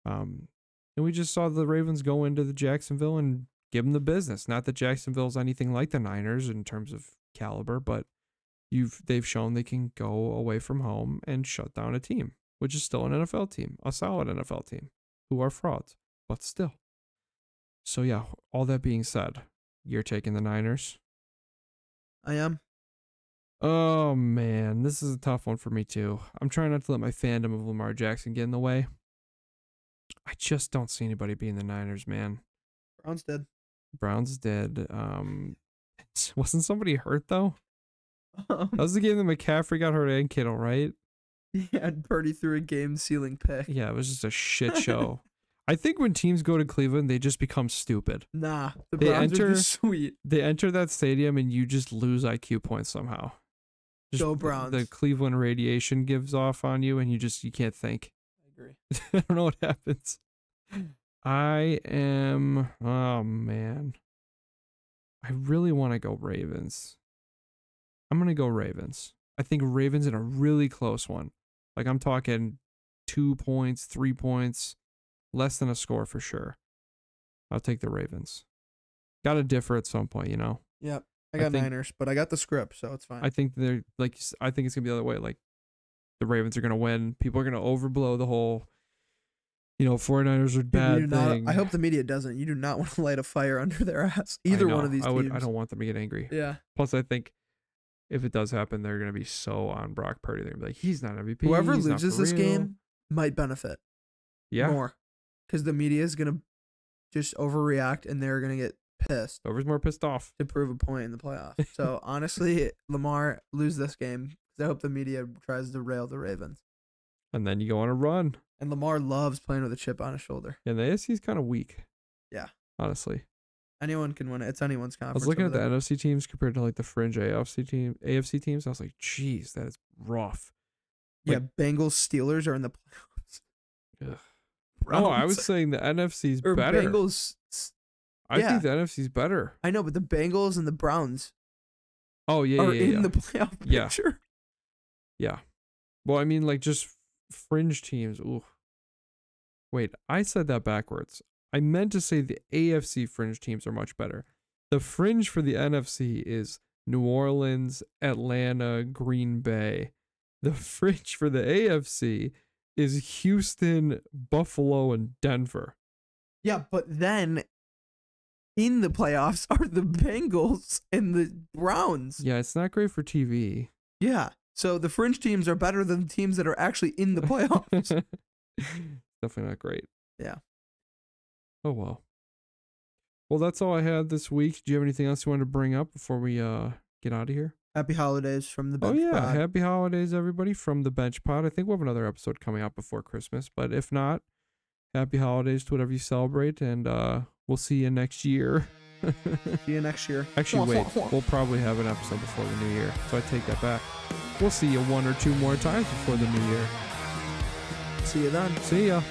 S2: Um, and we just saw the Ravens go into the Jacksonville and give them the business. Not that Jacksonville's anything like the Niners in terms of caliber, but you've they've shown they can go away from home and shut down a team, which is still an NFL team, a solid NFL team, who are frauds, but still. So yeah, all that being said, you're taking the Niners.
S3: I am.
S2: Oh man, this is a tough one for me too. I'm trying not to let my fandom of Lamar Jackson get in the way. I just don't see anybody being the Niners, man.
S3: Browns dead. *laughs*
S2: Brown's dead. Um, *laughs* wasn't somebody hurt though?
S3: Um,
S2: That was the game that McCaffrey got hurt and Kittle, right?
S3: yeah, and Purdy threw a game ceiling pick.
S2: Yeah, it was just a shit show. I think when teams go to Cleveland, they just become stupid.
S3: Nah, the
S2: They
S3: Browns are
S2: enter-
S3: just sweet.
S2: They enter that stadium and you just lose IQ points somehow. Just
S3: Go
S2: the- The
S3: Browns.
S2: Cleveland radiation gives off on you, and you just you can't think. *laughs*
S3: I agree.
S2: I don't know what happens. I am. Oh man, I really want to go Ravens. I'm gonna go Ravens. I think Ravens in a really close one. Like I'm talking two points, three points, less than a score for sure. I'll take the Ravens. Got to differ at some point, you know.
S3: Yep. I
S2: I
S3: got
S2: think-
S3: Niners, but I got the script, so it's fine.
S2: I think they're like you s- I think it's gonna be the other way. Like the Ravens are gonna win. People are gonna overblow the whole. You know, 49ers are
S3: Dude, you
S2: bad
S3: do not-
S2: thing.
S3: I hope the media doesn't. You do not want to *laughs* light a fire under their ass.
S2: I
S3: Either
S2: know.
S3: one of these
S2: I would,
S3: teams.
S2: I don't want them to get angry.
S3: yeah.
S2: Plus, I think if it does happen, they're going to be so on Brock Purdy. They're going to be like, he's not MVP.
S3: Whoever
S2: he's not
S3: loses
S2: for
S3: this
S2: real."
S3: game might benefit
S2: yeah,
S3: more because the media is gonna just overreact and they're gonna get pissed
S2: whoever's more pissed off.
S3: to prove a point in
S2: *laughs*
S3: the playoffs. so honestly, Lamar lose this game 'cause I hope the media tries to rail the Ravens.
S2: And then you go on a run.
S3: And Lamar loves playing with a chip on his shoulder.
S2: And the AFC is kind of weak.
S3: Yeah.
S2: Honestly,
S3: Anyone can win it. It's anyone's
S2: I
S3: conference.
S2: was looking
S3: over
S2: at the
S3: there.
S2: NFC teams compared to like the fringe AFC team, AFC teams. I was like, "Jeez, that is rough.
S3: Yeah, Bengals Steelers are in the *laughs* playoffs.
S2: Ugh. No, I was saying the NFC's
S3: *laughs* or
S2: better.
S3: Bengals. s-
S2: I
S3: yeah.
S2: think the NFC's better.
S3: I know, but the Bengals and the Browns
S2: Oh yeah,
S3: are
S2: yeah,
S3: in
S2: yeah.
S3: the *laughs* playoff
S2: Yeah.
S3: picture.
S2: Well, I mean, like just fringe teams. Ooh. Wait, I said that backwards. I meant to say the AFC fringe teams are much better. The fringe for the NFC is New Orleans, Atlanta, Green Bay. The *laughs* fringe for the AFC is Houston, Buffalo, and Denver.
S3: Yeah, but then in the playoffs *laughs* are the Bengals and the Browns.
S2: Yeah, it's not great for TV.
S3: Yeah. So the fringe teams are better than the teams that are actually
S2: *laughs*
S3: in the *laughs* playoffs.
S2: Definitely not great.
S3: Yeah.
S2: Oh well. Well, that's all I had this week. Do you have anything else you wanted to bring up before we uh get out of here?
S3: Happy holidays from the
S2: Oh
S3: bench.
S2: yeah,
S3: pod.
S2: happy holidays, everybody from the Bench Pod. I think we'll have another episode coming out before Christmas, but if not, happy holidays to whatever you celebrate, and uh we'll see you next year.
S3: See you next year.
S2: Actually, wait, we'll probably have an episode before the new year, so I take that back. We'll see you one or two more times before the new year.
S3: See you then.
S2: See ya.